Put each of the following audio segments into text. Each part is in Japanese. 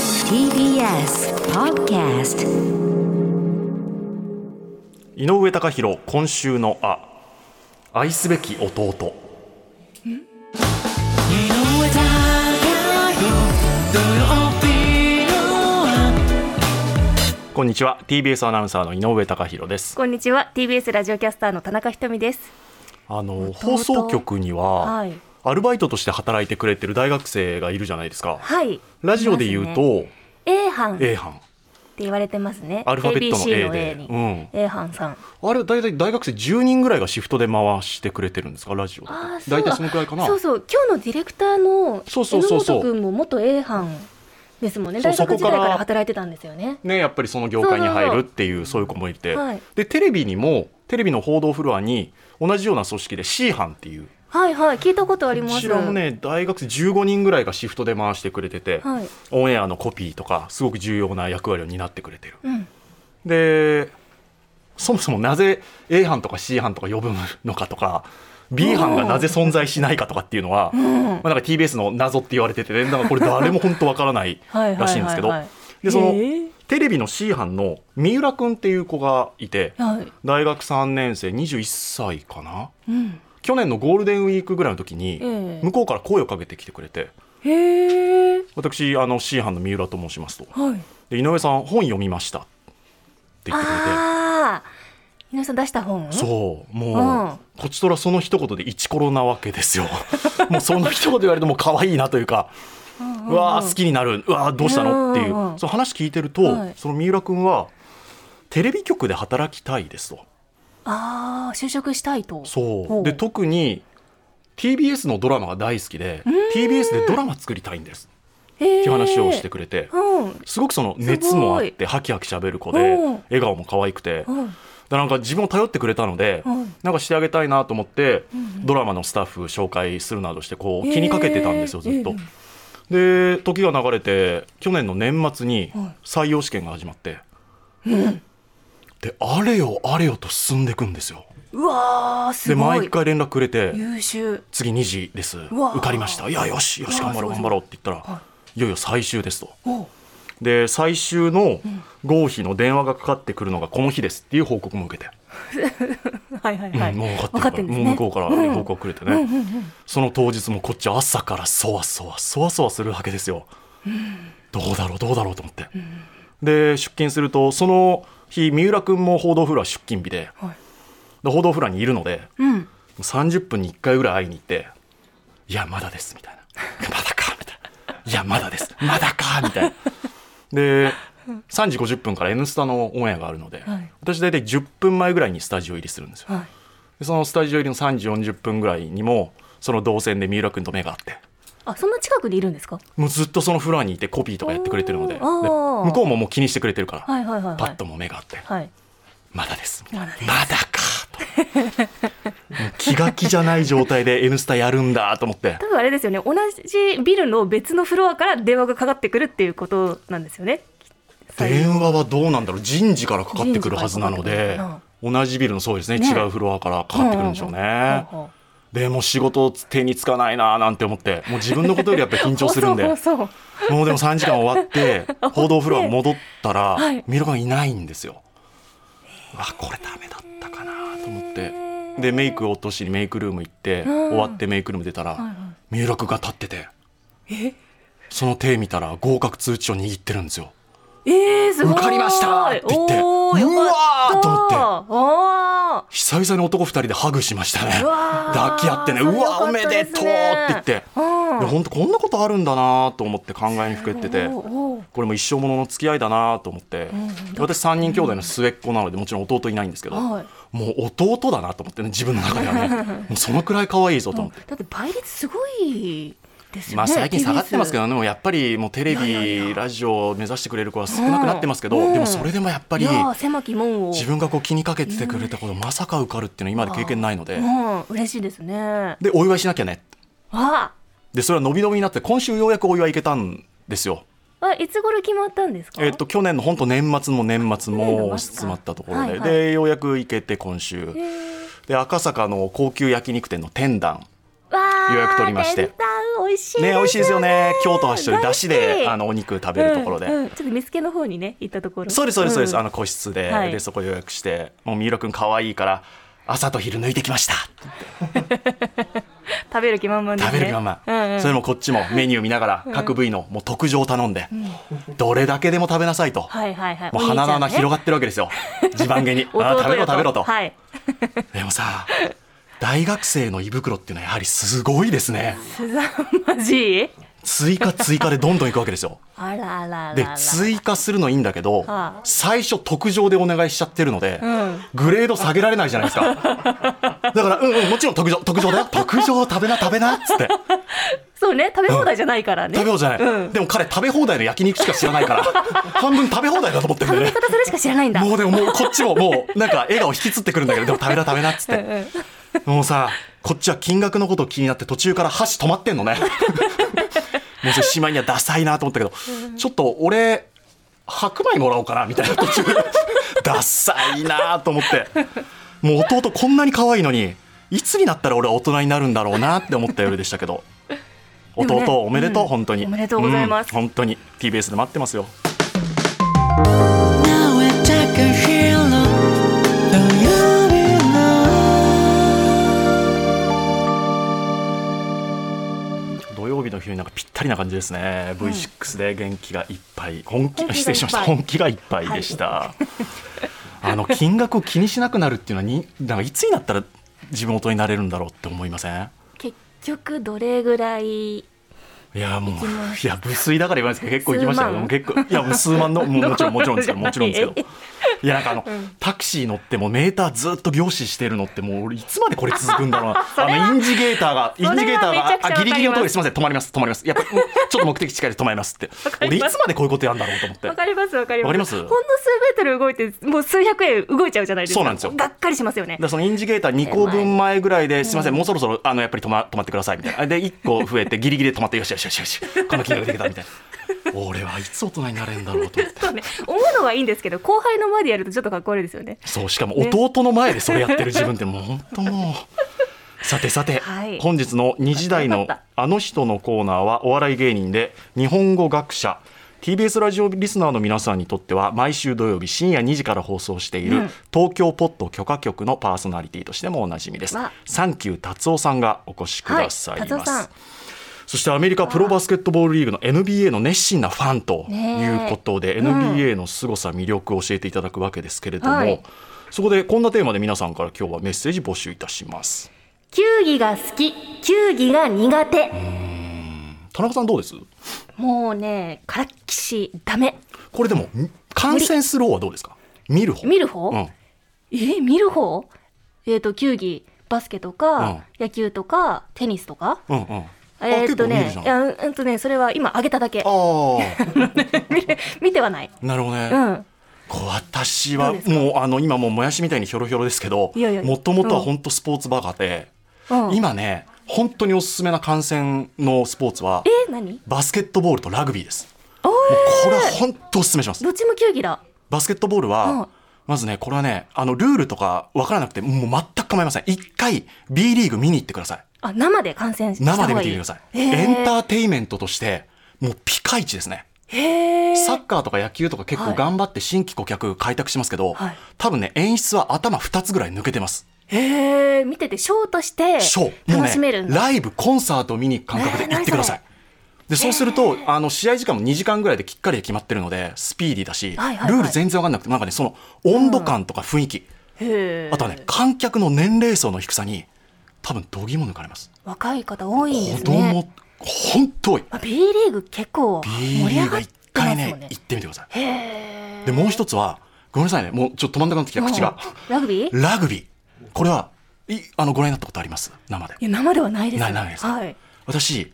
TBS Podcast 井上貴博今週の「あ」愛すべき弟井上貴博土曜日の朝こんにちは TBS アナウンサーの井上貴博ですこんにちは TBS ラジオキャスターの田中ひとみですあの放送局には、はいアルバイトとして働いてくれてる大学生がいるじゃないですか、はいラジオで言うと、い A 班って A 班言われてますねアルファベットの ABC A で A に、うん A 班さんあれ大体大学生10人ぐらいがシフトで回してくれてるんですかラジオあだとーそう大体そのくらいかなそうそう今日のディレクターのそうそうそうそう榎本君も元 A 班ですもんねそう大学時代そこかからら働いてたんですよねね、やっぱりその業界に入るっていうそういう子もいて、はいでテレビにもテレビの報道フロアに同じような組織で C 班っていうはいはい聞いたことありこますちらもね大学生15人ぐらいがシフトで回してくれてて、はいオンエアのコピーとかすごく重要な役割を担ってくれてるうんでそもそもなぜ A 班とか C 班とか呼ぶのかとか B 班がなぜ存在しないかとかっていうのは、まあ、なんか TBS の謎って言われててねなんかこれ誰も本当わからない はいはいはいはいらしいんですけどでそのへーテレビの C 班の三浦君っていう子がいてはい大学3年生21歳かなうん去年のゴールデンウィークぐらいの時えにえ向こうから声をかけてきてくれてへえ「私あの C 班の三浦と申します」とはい「で井上さん本読みました」って言ってくれて。ああ皆さん出した本そうもう、うんこちとらその一言でイチコロなわけですよ もうその一言言われてもう可愛いなというか、うわー好きになるうわーどうしたのっていう、うんうんその話聞いてると、はいその三浦君はテレビ局で働きたいですとああ就職したいとそほううで特に TBS のドラマが大好きで TBS でドラマ作りたいんですっていっていう話をしてくれて、うんすごくその熱もあってハキハキしゃべる子でうん笑顔も可愛くて、うんでなんか自分を頼ってくれたので、うんなんかしてあげたいなと思って、ドラマのスタッフ紹介するなどしてこう気にかけてたんですよ、えーずっとえ。で時が流れて去年の年末に採用試験が始まって、であれよあれよと進んでいくんですよ。うわーすでごい毎回連絡くれて優秀次2時ですわー受かりましたいやよしよしうわ頑張ーろうすご頑い張ろうって言ったらはいよいよ最終ですとおで最終の合否の電話がかかってくるのがこの日ですっていう報告も受けて、はいはいうんはい、もう分分かかっってるてから、るんですねもう向こうからうん報告くれてね、その当日もこっちは朝からそわそわそわそわするわけですよ、どうだろうどうだろうと思って、で出勤するとその日三浦君も報道フロア出勤日で,、はいで報道フロアにいるのでうん30分に1回ぐらい会いに行って「いやまだです」みたいな「まだか」みたいな「いやまだです」「まだか」みたいなで3時50分から「N スタ」のオンエアがあるので、はい私大体10分前ぐらいにスタジオ入りするんですよはいでそのスタジオ入りの3時40分ぐらいにもその動線で三浦君と目が合ってあそんな近くにいるんですかもうずっとそのフロアにいてコピーとかやってくれてるのででお向ーこうももう気にしてくれてるから、はいはいはいはいパッともう目が合ってはい「まだです」まだですまだか」ともう気が気じゃない状態で「N スタ」やるんだと思って多分あれですよね同じビルの別のフロアから電話がかかってくるっていうことなんですよね電話はどうなんだろう人事からかかってくるはずなの人事でからかかって同じビルのそうですねね違うフロアからかかってくるんでしょうね、うんうんうんうんでもう仕事手につかないななんて思ってもう自分のことよりやっぱ緊張するんでそうそうそうもうでも3時間終わ って、報道フロア戻ったらはい、ミロがいないんですよ。あ、これダメだったかなと思って。で、メイクを落としにメイクルーム行って、ん終わってメイクルーム出たらいはい、三浦君が立ってて、その手見たら合格通知を握ってるんですよ。えー、すごい受かりましたって言っておーよかうわーったと思って久々に男2人でハグしましたね。うわー抱き合ってね、うそれよわ、おかっためででとすうっねて言って。うんで本当こんなことあるんだなと思って考えにふけてておーおーこれも一生ものの付き合いだなと思って私3人兄弟の末っ子なのでもちろん弟いないんですけどもはいう弟だなと思ってね自分の中ではねもうそのくらい可愛いぞと思って。だって倍率すごいですよねまあ最近下がってますけ TBS どね、もうやっぱりもうテレいやいやいビ、やラジオを目指してくれる子は少なくなってますけど、うんうんでもそれでもやっぱりいやー狭き門を自分がこう気にかけててくれたこと、まさか受かるっていうのは今まで経験ないので、うん嬉しいですねで、お祝いしなきゃね。あで、それは伸び伸びになって、今週ようやくお祝い行けたんですよ。あいつ頃決まったんですかえっと、去年の本当年末も年末去年もの末か詰まったところで、はいはいでようやく行けて今週で赤坂の高級焼肉店の天壇わー予約取りまして天才ー美味しいね美味しいですよね京都発祥でだだししであのお肉食べるところで、うんうんちょっと見つけの方にね行ったところそうですそうですそうです、んあの個室で,、はいでそこ予約してもう三浦君可愛いから朝と昼抜いてきました食べる気満々ですね食べる気満々、うんうんそれもこっちもメニュー見ながら各部位のもう特上頼んで、どれだけでも食べなさいと、はいはいはいもう鼻の穴広ががってるわけです よ地盤下に弟あよー食べろ食べろと、はいでもさ大学生の胃袋っていうのはやはりすごいですねすざまじい追加追加でどんどんいくわけですよあらあ らあらあらで追加するのいいんだけど、はあ最初特上でお願いしちゃってるので、んグレード下げられないじゃないです かだからうんうんもちろん特上特上だよ特上を食べな食べなっつってそうね食べ放題じゃないからね、食べようじゃない、うん、でも彼食べ放題の焼肉しか知らないから 半分食べ放題だと思ってるんで食べね方それしか知らないんだもうでももうこっちももうなんか笑顔引きつってくるんだけどでも食べな食べなっつって、もうさこっちは金額のこと気になって途中から箸止まってん のねもうそれしまいにはダサいなと思ったけど、ちょっと俺白米もらおうかなみたいな途中ダサいなと思ってもう弟こんなに可愛いのにいつになったら俺は大人になるんだろうなって思った夜でしたけどでも弟、ねおめでとう、うん本当におめでとうございますん本当に TBS で待ってますよ Now I take a hill Don't you be alone 土曜日の昼になんかぴったりな感じですね V6 で元気がいっぱい本気本気がいっぱい失礼しました本気がいっぱいでした、あの金額を気にしなくなるっていうのはになんかいつになったら自分大人になれるんだろうって思いません結局どれぐらいいやもうきますいや無粋だから言わないですけど結構行きましたけど数万結構いやもう数万のもうもち ろんもちろんですけどもちろんですけどいやなんかあの、タクシー乗ってもメーターずっと凝視してるのってもう俺いつまでこれ続くんだろう なれはあのインジゲーターがイれはンジゲーターめちゃがくちゃあギリギリのところわかりますすみません止まります止まりますやっぱりもう ちょっと目的地から止まりますってか俺りいますつまでこういうことやんだろうと思ってわかりますわかりますわかりますほんの数メートル動いてもう数百円動いちゃうじゃないですかそうなんですよがっかりしますよねでそのインジゲーター2個分前ぐらいで、すみません、もうそろそろあのやっぱり止ま止まってくださいみたいな、で1個増えて、ギリギリで止まって、よしよしよしよし、この金額できたみ たいな、俺はいつ大人になれるんだろうと思って、そうね思うのはいいんですけど後輩の前でやるとちょっとかっこ悪いですよねそうしかも弟の前でそれやってる自分って、 もう本当もう、さてさて、はい本日の2時台よのかったあの人のコーナーは、お笑い芸人で、日本語学者。TBS ラジオリスナーの皆さんにとっては毎週土曜日深夜2時から放送している東京ポッド許可局のパーソナリティとしてもおなじみですわサンキュー達夫さんがお越しくださいます、はい達夫さんそしてアメリカプロバスケットボールリーグの NBA の熱心なファンということで、NBA の凄さ魅力を教えていただくわけですけれども、はいそこでこんなテーマで皆さんから今日はメッセージ募集いたします球技が好き球技が苦手田中さんどうですもうねからっきしダメこれでもん観戦する方はどうですか見る方見る方、うんえ見る方えっ、と球技バスケとか、うん野球とかテニスとかうんうんあえーっ結と構見るねじゃんいやうんうんとねそれは今挙げただけあー 見てはないなるほどね、うんこう私どはうですかもうあの今もうもやしみたいにひょろひょろですけどいやいやもともとはうん本当スポーツバカで、うん今ね本当におすすめな観戦のスポーツはえ何バスケットボールとラグビーですおーもうこれは本当おすすめしますどっちも球技だバスケットボールうんはまずねこれはねあのルールとか分からなくてもう全く構いません一回 B リーグ見に行ってくださいあ生で観戦した方生がいで見いてみてください、えーエンターテインメントとしてもうピカイチですねへえサッカーとか野球とか結は構い頑張って新規顧客開拓しますけど、はい多分ね演出は頭2つぐらい抜けてますへえ見ててショーとしてショーもう楽しめるねんだライブコンサートを見に行く感覚で行ってくださいえー何それでそうすると、あの試合時間も2時間ぐらいできっかりで決まってるのでスピーディーだし、はいはいはいルール全然分かんなくてなんかねその温度感とか雰囲気、へえあとはね観客の年齢層の低さに多分度肝抜かれます若い方多いん子ですね供本当多いまあ B リーグ結構 B 盛リり上ーがグって一ま回すねもんね行ってみてくださいへえでもう一つはごめんなさいねもうちょっと止まんなくなってきた口がラグビーいラグビーこれはいあのご覧になったことあります生でや生ではないですないないですはい私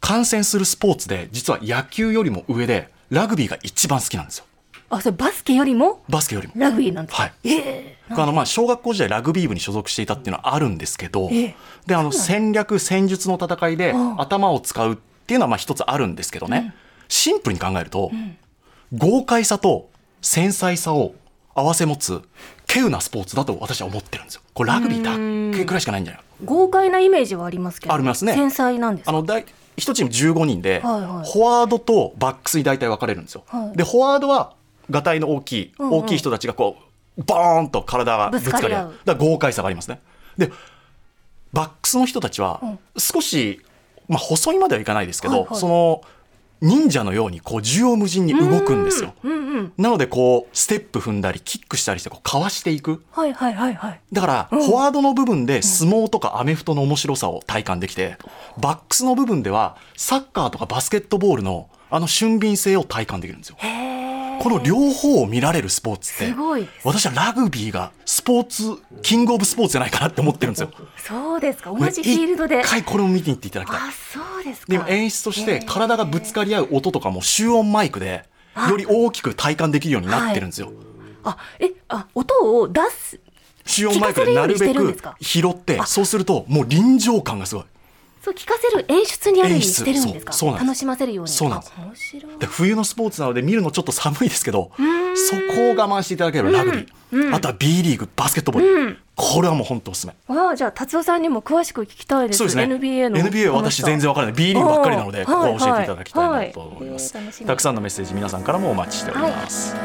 観戦するスポーツで実は野球よりも上でラグビーが一番好きなんですよあそれバスケよりもバスケよりもラグビーなんですはいええあのまあ小学校時代ラグビー部に所属していたっていうのはあるんですけど、ええであの戦略戦術の戦いでうん頭を使うっていうのはまあ一つあるんですけどね、シンプルに考えると、豪快さと繊細さを合わせ持つ稀有なスポーツだと私は思ってるんですよこれラグビーだけくらいしかないんじゃない豪快なイメージはありますけどありますね繊細なんですあかの大1チーム15人で、はいはいフォワードとバックスに大体分かれるんですよ、はいでフォワードはがたいの大きい、うんうん大きい人たちがこうボーンと体がぶつかぶつかりり合合ううだから豪快さがありますねでバックスの人たちは少し、まあ、細いまではいかないですけど、はいはいその忍者のようにこう縦横無尽に動くんですようんうんなのでこうステップ踏んだりキックしたりしてこうかわしていくはいはいはいはいだから、フォワードの部分で相撲とかアメフトの面白さを体感できて、バックスの部分ではサッカーとかバスケットボールのあの俊敏性を体感できるんですよ。へえこの両方を見られるスポーツってすごいですね私はラグビーがスポーツキングオブスポーツじゃないかなって思ってるんですよ。そうですか同じフィールドで一回これを見ていっていただきたい。あそうですでかも演出として体がぶつかり合う音とかも集音マイクでより大きく体感できるようになってるんですよ。あえあ音を出す集音マイクでなるべ聞かせるようにしてるんでくすか拾って、そうするともう臨場感がすごい。そう聞かせる演出にあるように演出してるんですかそうそうなんです楽しませるようにそうなんですあ面白いで冬のスポーツなので見るのちょっと寒いですけどそこを我慢していただければラグビー、あとは B リーグバスケットボール、これはもう本当おすすめわあじゃあ達夫さんにも詳しく聞きたいですそうですね NBA の NBA は私全然わからない B リーグばっかりなのでおーここはは教いえていただきたいなと思います、はいはいえー楽しみたくさんのメッセージ皆さんからもお待ちしております、